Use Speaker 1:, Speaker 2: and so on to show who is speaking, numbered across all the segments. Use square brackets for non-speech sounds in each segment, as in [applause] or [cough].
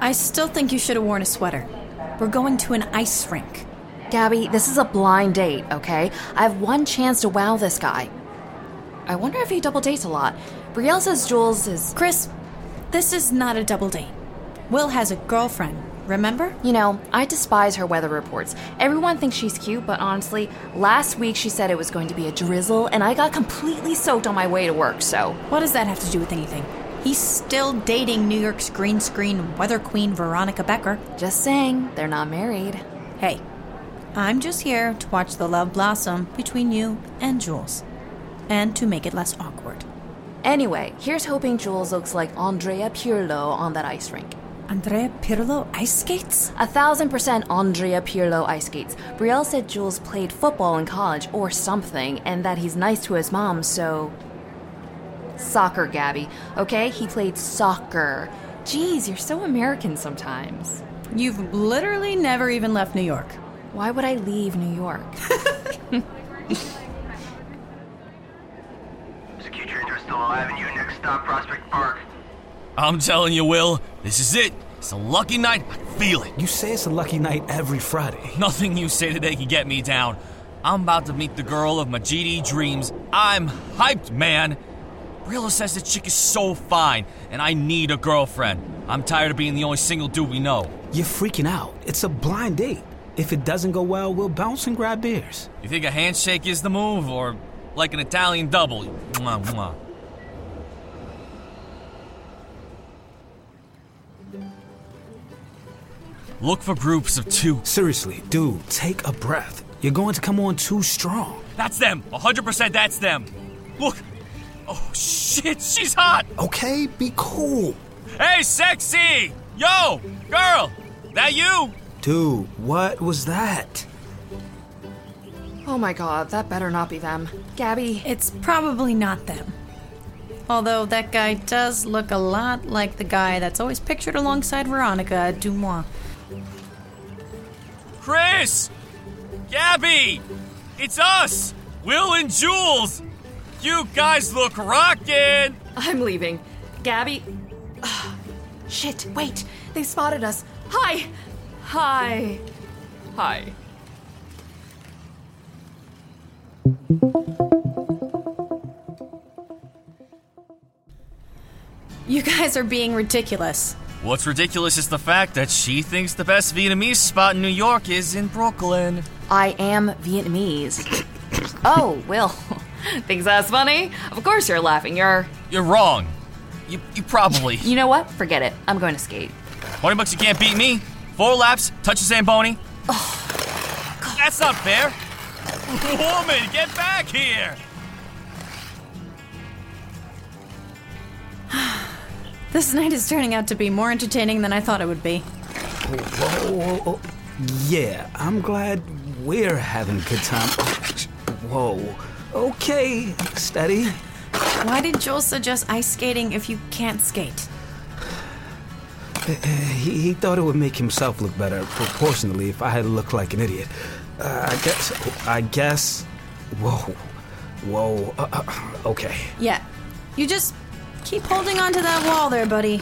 Speaker 1: I still think you should have worn a sweater. We're going to an ice rink.
Speaker 2: Gabby, this is a blind date, okay? I have one chance to wow this guy. I wonder if he double dates a lot. Brielle says Jules is.
Speaker 1: Chris, this is not a double date. Will has a girlfriend, remember?
Speaker 2: You know, I despise her weather reports. Everyone thinks she's cute, but honestly, last week she said it was going to be a drizzle, and I got completely soaked on my way to work, so.
Speaker 1: What does that have to do with anything? He's still dating New York's green screen weather queen Veronica Becker.
Speaker 2: Just saying, they're not married.
Speaker 1: Hey, I'm just here to watch the love blossom between you and Jules, and to make it less awkward.
Speaker 2: Anyway, here's hoping Jules looks like Andrea Pirlo on that ice rink.
Speaker 1: Andrea Pirlo ice skates?
Speaker 2: A thousand percent Andrea Pirlo ice skates. Brielle said Jules played football in college or something, and that he's nice to his mom, so. Soccer, Gabby. Okay? He played soccer. Geez, you're so American sometimes.
Speaker 1: You've literally never even left New York.
Speaker 2: Why would I leave New York?
Speaker 3: Secure Ranger still alive and you next stop Prospect Park.
Speaker 4: I'm telling you, Will, this is it. It's a lucky night. I feel it.
Speaker 5: You say it's a lucky night every Friday.
Speaker 4: Nothing you say today can get me down. I'm about to meet the girl of my GD dreams. I'm hyped, man. Brillo says the chick is so fine, and I need a girlfriend. I'm tired of being the only single dude we know.
Speaker 5: You're freaking out. It's a blind date. If it doesn't go well, we'll bounce and grab beers.
Speaker 4: You think a handshake is the move, or like an Italian double? Mwah, mwah. Look for groups of two.
Speaker 5: Seriously, dude, take a breath. You're going to come on too strong.
Speaker 4: That's them. 100% that's them. Look. Oh, shit, she's hot.
Speaker 5: Okay, be cool.
Speaker 4: Hey, sexy. Yo, girl. That you?
Speaker 5: Dude, what was that?
Speaker 2: Oh my god, that better not be them. Gabby,
Speaker 1: It's probably not them. Although that guy does look a lot like the guy that's always pictured alongside Veronica at Dumois.
Speaker 4: Chris! Gabby! It's us! Will and Jules! You guys look rockin'!
Speaker 2: I'm leaving. Gabby. [sighs] Ugh. Shit, wait. They spotted us. Hi! Hi. Hi.
Speaker 1: You guys are being ridiculous.
Speaker 4: What's ridiculous is the fact that she thinks the best Vietnamese spot in New York is in Brooklyn.
Speaker 2: I am Vietnamese. oh, Will. [laughs] Thinks that's funny? Of course you're laughing. You're.
Speaker 4: You're wrong. You, you probably.
Speaker 2: You know what? Forget it. I'm going to skate.
Speaker 4: 20 bucks you can't beat me. Four laps, touch the Zamboni. That's not fair. [laughs] Woman, get back here!
Speaker 1: This night is turning out to be more entertaining than I thought it would be.
Speaker 5: Whoa, whoa, whoa. Yeah, I'm glad we're having a good time. Whoa. Okay, steady.
Speaker 1: Why did Jules suggest ice skating if you can't skate?
Speaker 5: He, he thought it would make himself look better proportionally if I had looked like an idiot. Uh, I guess. I guess. Whoa. Whoa. Uh, uh, okay.
Speaker 1: Yeah. You just keep holding on to that wall there, buddy.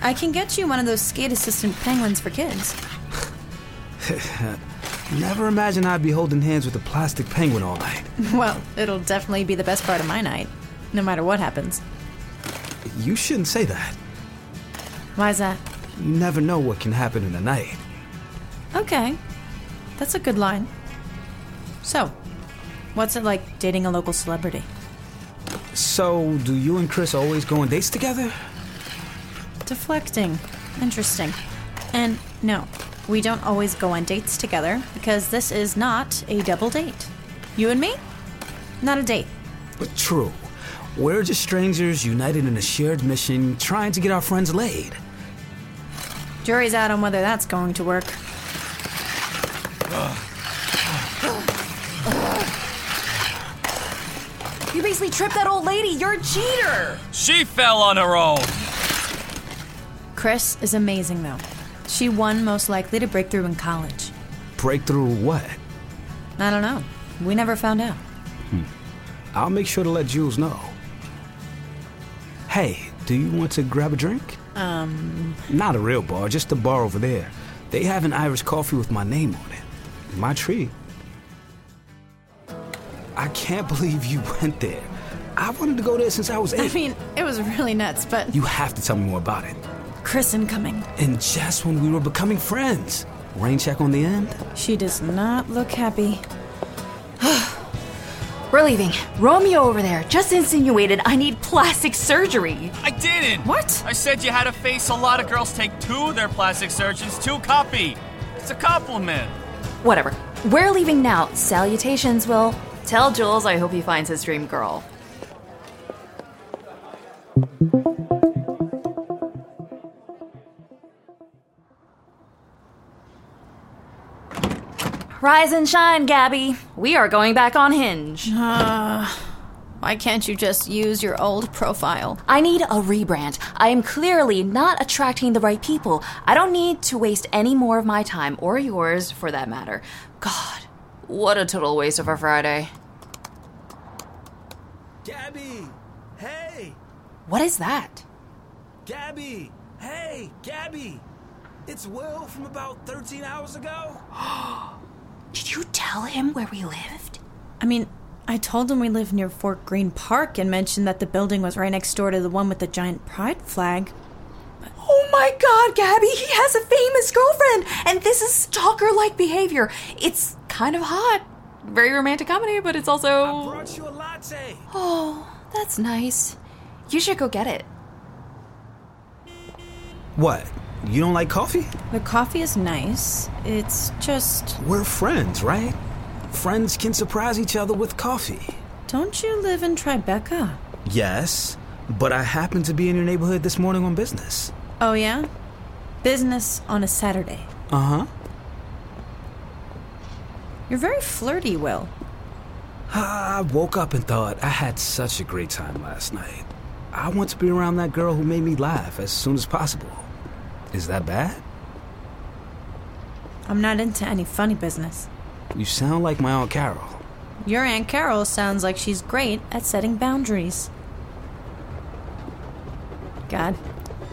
Speaker 1: I can get you one of those skate assistant penguins for kids. [laughs]
Speaker 5: Never imagined I'd be holding hands with a plastic penguin all night.
Speaker 1: Well, it'll definitely be the best part of my night, no matter what happens.
Speaker 5: You shouldn't say that.
Speaker 1: Why's that?
Speaker 5: You never know what can happen in a night.
Speaker 1: Okay. That's a good line. So, what's it like dating a local celebrity?
Speaker 5: So, do you and Chris always go on dates together?
Speaker 1: Deflecting. Interesting. And no, we don't always go on dates together because this is not a double date. You and me? Not a date.
Speaker 5: But true. We're just strangers united in a shared mission trying to get our friends laid.
Speaker 1: Jury's out on whether that's going to work.
Speaker 2: You basically tripped that old lady. You're a cheater!
Speaker 4: She fell on her own.
Speaker 1: Chris is amazing, though. She won most likely to break through in college.
Speaker 5: Breakthrough what?
Speaker 1: I don't know. We never found out.
Speaker 5: I'll make sure to let Jules know. Hey, Do you want to grab a drink? Um. Not a real bar, just the bar over there. They have an Irish coffee with my name on it. My tree. I can't believe you [laughs] went there. I wanted to go there since I was
Speaker 1: I
Speaker 5: eight.
Speaker 1: mean, it was really nuts, but
Speaker 5: you have to tell me more about it.
Speaker 1: Chris incoming.
Speaker 5: And just when we were becoming friends. Rain check on the end?
Speaker 1: She does not look happy.
Speaker 2: We're leaving. Romeo over there just insinuated I need plastic surgery.
Speaker 4: I didn't.
Speaker 1: What?
Speaker 4: I said you had a face a lot of girls take to their plastic surgeons to copy. It's a compliment.
Speaker 2: Whatever. We're leaving now. Salutations, Will. Tell Jules I hope he finds his dream girl. Rise and shine, Gabby. We are going back on Hinge.
Speaker 1: Uh, Why can't you just use your old profile?
Speaker 2: I need a rebrand. I am clearly not attracting the right people. I don't need to waste any more of my time, or yours for that matter. God, what a total waste of a Friday.
Speaker 5: Gabby! Hey!
Speaker 2: What is that?
Speaker 5: Gabby! Hey, Gabby! It's Will from about 13 hours ago.
Speaker 2: Did you tell him where we lived?
Speaker 1: I mean, I told him we live near Fort Greene Park and mentioned that the building was right next door to the one with the giant pride flag.
Speaker 2: Oh my god, Gabby, he has a famous girlfriend, and this is stalker like behavior. It's kind of hot. Very romantic comedy, but it's also.
Speaker 5: Brought you a latte.
Speaker 2: Oh, that's nice. You should go get it.
Speaker 5: What? You don't like coffee?
Speaker 1: The coffee is nice. It's just.
Speaker 5: We're friends, right? Friends can surprise each other with coffee.
Speaker 1: Don't you live in Tribeca?
Speaker 5: Yes, but I happened to be in your neighborhood this morning on business.
Speaker 1: Oh, yeah? Business on a Saturday.
Speaker 5: Uh huh.
Speaker 1: You're very flirty, Will.
Speaker 5: I woke up and thought I had such a great time last night. I want to be around that girl who made me laugh as soon as possible. Is that bad?
Speaker 1: I'm not into any funny business.
Speaker 5: You sound like my Aunt Carol.
Speaker 1: Your Aunt Carol sounds like she's great at setting boundaries. God,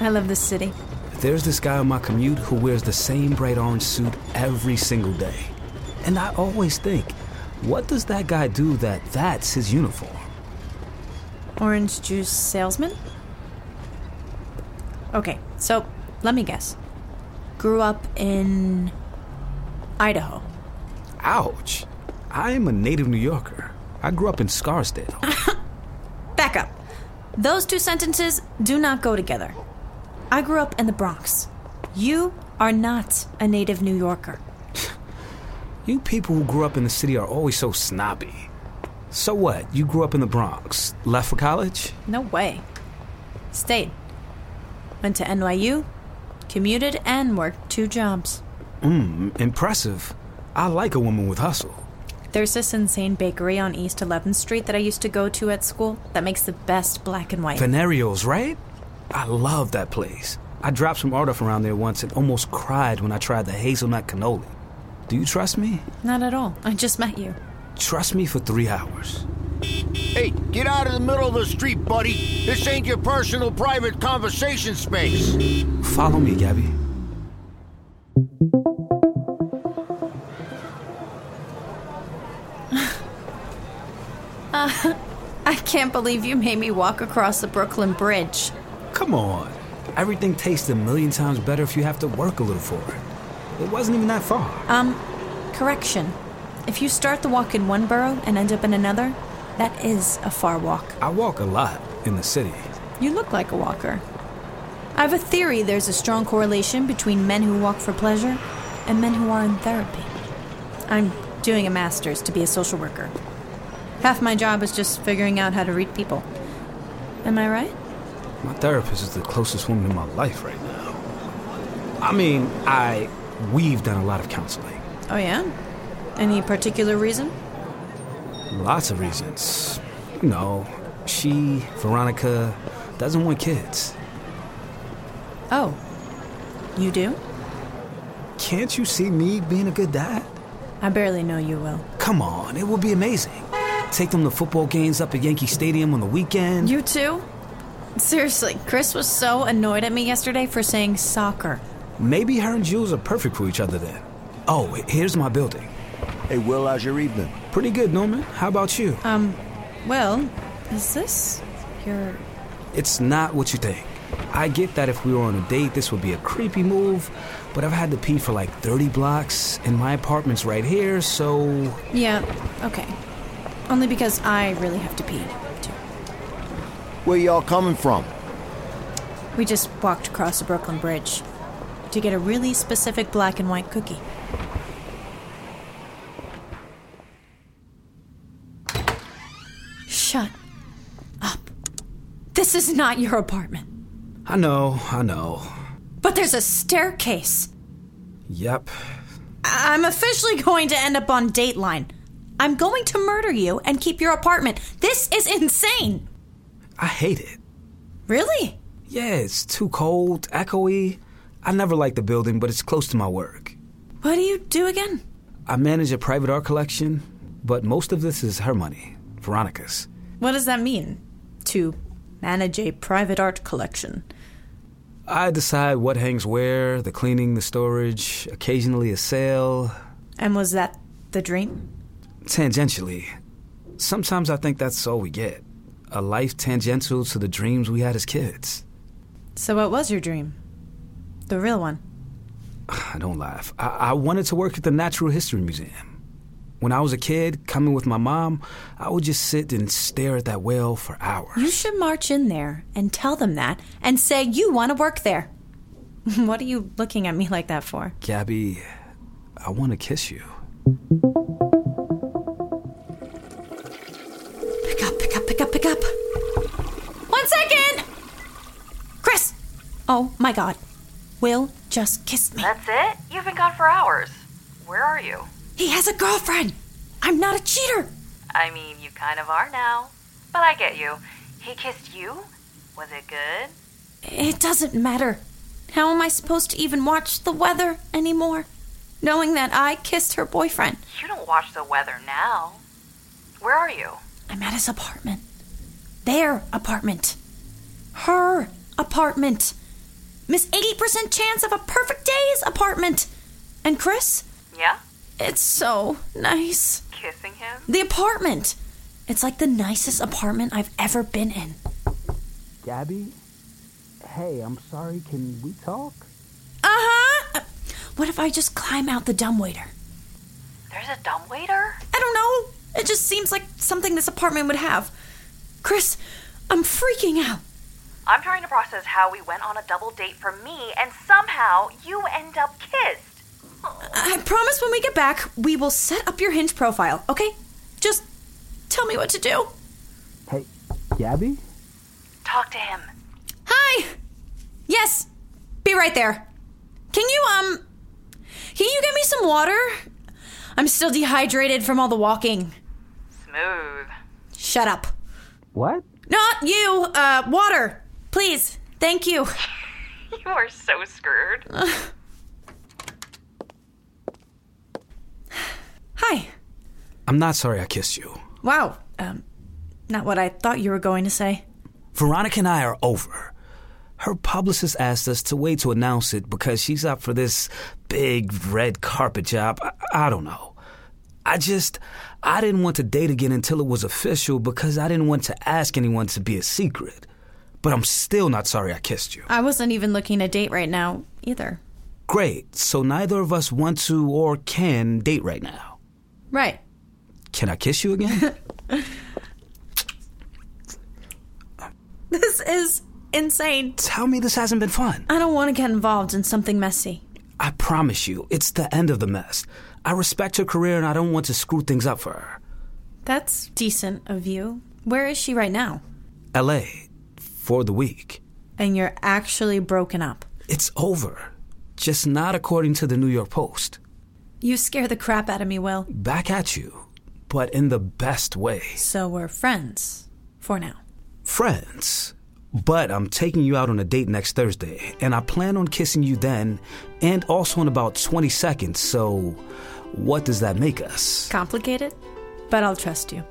Speaker 1: I love this city.
Speaker 5: There's this guy on my commute who wears the same bright orange suit every single day. And I always think, what does that guy do that that's his uniform?
Speaker 1: Orange juice salesman? Okay, so let me guess. Grew up in Idaho.
Speaker 5: Ouch. I am a native New Yorker. I grew up in Scarsdale.
Speaker 1: Back up. Those two sentences do not go together. I grew up in the Bronx. You are not a native New Yorker.
Speaker 5: You people who grew up in the city are always so snobby. So what? You grew up in the Bronx, left for college?
Speaker 1: No way. Stayed. Went to NYU, commuted, and worked two jobs.
Speaker 5: Impressive. I like a woman with hustle.
Speaker 1: There's this insane bakery on East 11th Street that I used to go to at school that makes the best black and white.
Speaker 5: Venerio's, right? I love that place. I dropped some art off around there once and almost cried when I tried the hazelnut cannoli. Do you trust me?
Speaker 1: Not at all. I just met you.
Speaker 5: Trust me for three hours.
Speaker 6: Hey, get out of the middle of the street, buddy. This ain't your personal private conversation space.
Speaker 5: Follow me, Gabby.
Speaker 1: I can't believe you made me walk across the Brooklyn Bridge.
Speaker 5: Come on. Everything tastes a million times better if you have to work a little for it. It wasn't even that far.
Speaker 1: Correction. If you start the walk in one borough and end up in another, that is a far walk.
Speaker 5: I walk a lot in the city.
Speaker 1: You look like a walker. I have a theory there's a strong correlation between men who walk for pleasure and men who are in therapy. I'm doing a master's to be a social worker. Half my job is just figuring out how to read people. Am I right?
Speaker 5: My therapist is the closest woman in my life right now. I mean, I we've done a lot of counseling.
Speaker 1: Oh, yeah? Any particular reason?
Speaker 5: Lots of reasons. You know, she, Veronica, doesn't want kids.
Speaker 1: Oh. You do?
Speaker 5: Can't you see me being a good dad?
Speaker 1: I barely know you, Will.
Speaker 5: Come on, it will be amazing. Take them to football games up at Yankee Stadium on the weekend.
Speaker 1: You too? Seriously, Chris was so annoyed at me yesterday for saying soccer.
Speaker 5: Maybe her and Jules are perfect for each other then. Oh, here's my building.
Speaker 6: Hey, Will, how's your evening?
Speaker 5: Pretty good, Norman. How about you?
Speaker 1: Well, is this your.
Speaker 5: It's not what you think. I get that if we were on a date, this would be a creepy move, but I've had to pee for like 30 blocks, and my apartment's right here, so.
Speaker 1: Yeah, okay. Only because I really have to pee, too.
Speaker 6: Where y'all coming from?
Speaker 1: We just walked across the Brooklyn Bridge to get a really specific black and white cookie. Shut up. This is not your apartment,
Speaker 5: I know, I know.
Speaker 1: but there's a staircase.
Speaker 5: Yep.
Speaker 1: I- I'm officially [laughs] going to end up on Dateline. I'm going to murder you and keep your apartment. This is insane.
Speaker 5: I hate it.
Speaker 1: Really?
Speaker 5: Yeah, it's too cold, echoey. I never liked the building, but it's close to my work.
Speaker 1: What do you do again?
Speaker 5: I manage a private art collection, but most of this is her money, Veronica's.
Speaker 1: What does that mean? To manage a private art collection.
Speaker 5: I decide what hangs where, the cleaning, the storage, occasionally a sale,
Speaker 1: And was that the dream?
Speaker 5: tangentially. Sometimes I think that's all we get a life tangential to the dreams we had as kids.
Speaker 1: So, what was your dream? The real one.
Speaker 5: I don't laugh. I, I wanted to work at the Natural History Museum. When I was a kid, coming with my mom, I would just sit and stare at that whale for hours.
Speaker 1: You should march in there and tell them that and say you want to work there. [laughs] what are you looking at me like that for?
Speaker 5: Gabby, I want to kiss you.
Speaker 1: Pick up, pick up, pick up, pick up. One second! Chris! Oh my god. Will just kissed me.
Speaker 2: That's it? You've been gone for hours. Where are you?
Speaker 1: He has a girlfriend! I'm not a cheater!
Speaker 2: I mean, you kind of are now. But I get you. He kissed you? Was it good?
Speaker 1: It doesn't matter. How am I supposed to even watch the weather anymore? Knowing that I kissed her boyfriend.
Speaker 2: You don't watch the weather now. Where are you?
Speaker 1: I'm at his apartment. Their apartment. Her apartment. Miss 80% chance of a perfect day's apartment. And Chris,
Speaker 2: Yeah?
Speaker 1: it's so nice.
Speaker 2: Kissing him?
Speaker 1: The apartment. It's like the nicest apartment I've ever been in.
Speaker 5: Gabby? Hey, I'm sorry, can we talk?
Speaker 1: Uh huh. What if I just climb out the dumbwaiter?
Speaker 2: There's a dumbwaiter?
Speaker 1: I don't know. It just seems like something this apartment would have. Chris, I'm freaking out.
Speaker 2: I'm trying to process how we went on a double date for me and somehow you end up kissed.
Speaker 1: I promise when we get back, we will set up your hinge profile, okay? Just tell me what to do.
Speaker 5: Hey, Gabby?
Speaker 2: Talk to him.
Speaker 1: Hi! Yes, be right there. Can you, um, can you get me some water? I'm still dehydrated from all the walking.
Speaker 2: Smooth.
Speaker 1: Shut up.
Speaker 5: What?
Speaker 1: Not you, uh, water. Please, thank you.
Speaker 2: You are so screwed.
Speaker 1: Hi.
Speaker 5: I'm not sorry I kissed you.
Speaker 1: Wow, um, not what I thought you were going to say.
Speaker 5: Veronica and I are over. Her publicist asked us to wait to announce it because she's up for this big red carpet job. I, I don't know. I just, I didn't want to date again until it was official because I didn't want to ask anyone to be a secret. But I'm still not sorry I kissed you.
Speaker 1: I wasn't even looking to date right now, either.
Speaker 5: Great, so neither of us want to or can date right now.
Speaker 1: Right. [laughs]
Speaker 5: Can I kiss you again?
Speaker 1: This is insane.
Speaker 5: Tell me this hasn't been fun.
Speaker 1: I don't want to get involved in something messy.
Speaker 5: I promise you, it's the end of the mess. I respect her career and I don't want to screw things up for her.
Speaker 1: That's decent of you. Where is she right now?
Speaker 5: LA for the week.
Speaker 1: And you're actually broken up.
Speaker 5: It's over. Just not according to the New York Post.
Speaker 1: You scare the crap out of me, Will.
Speaker 5: Back at you, but in the best way.
Speaker 1: So we're friends. For now.
Speaker 5: Friends. But I'm taking you out on a date next Thursday, and I plan on kissing you then and also in about 20 seconds, so what does that make us?
Speaker 1: Complicated, but I'll trust you.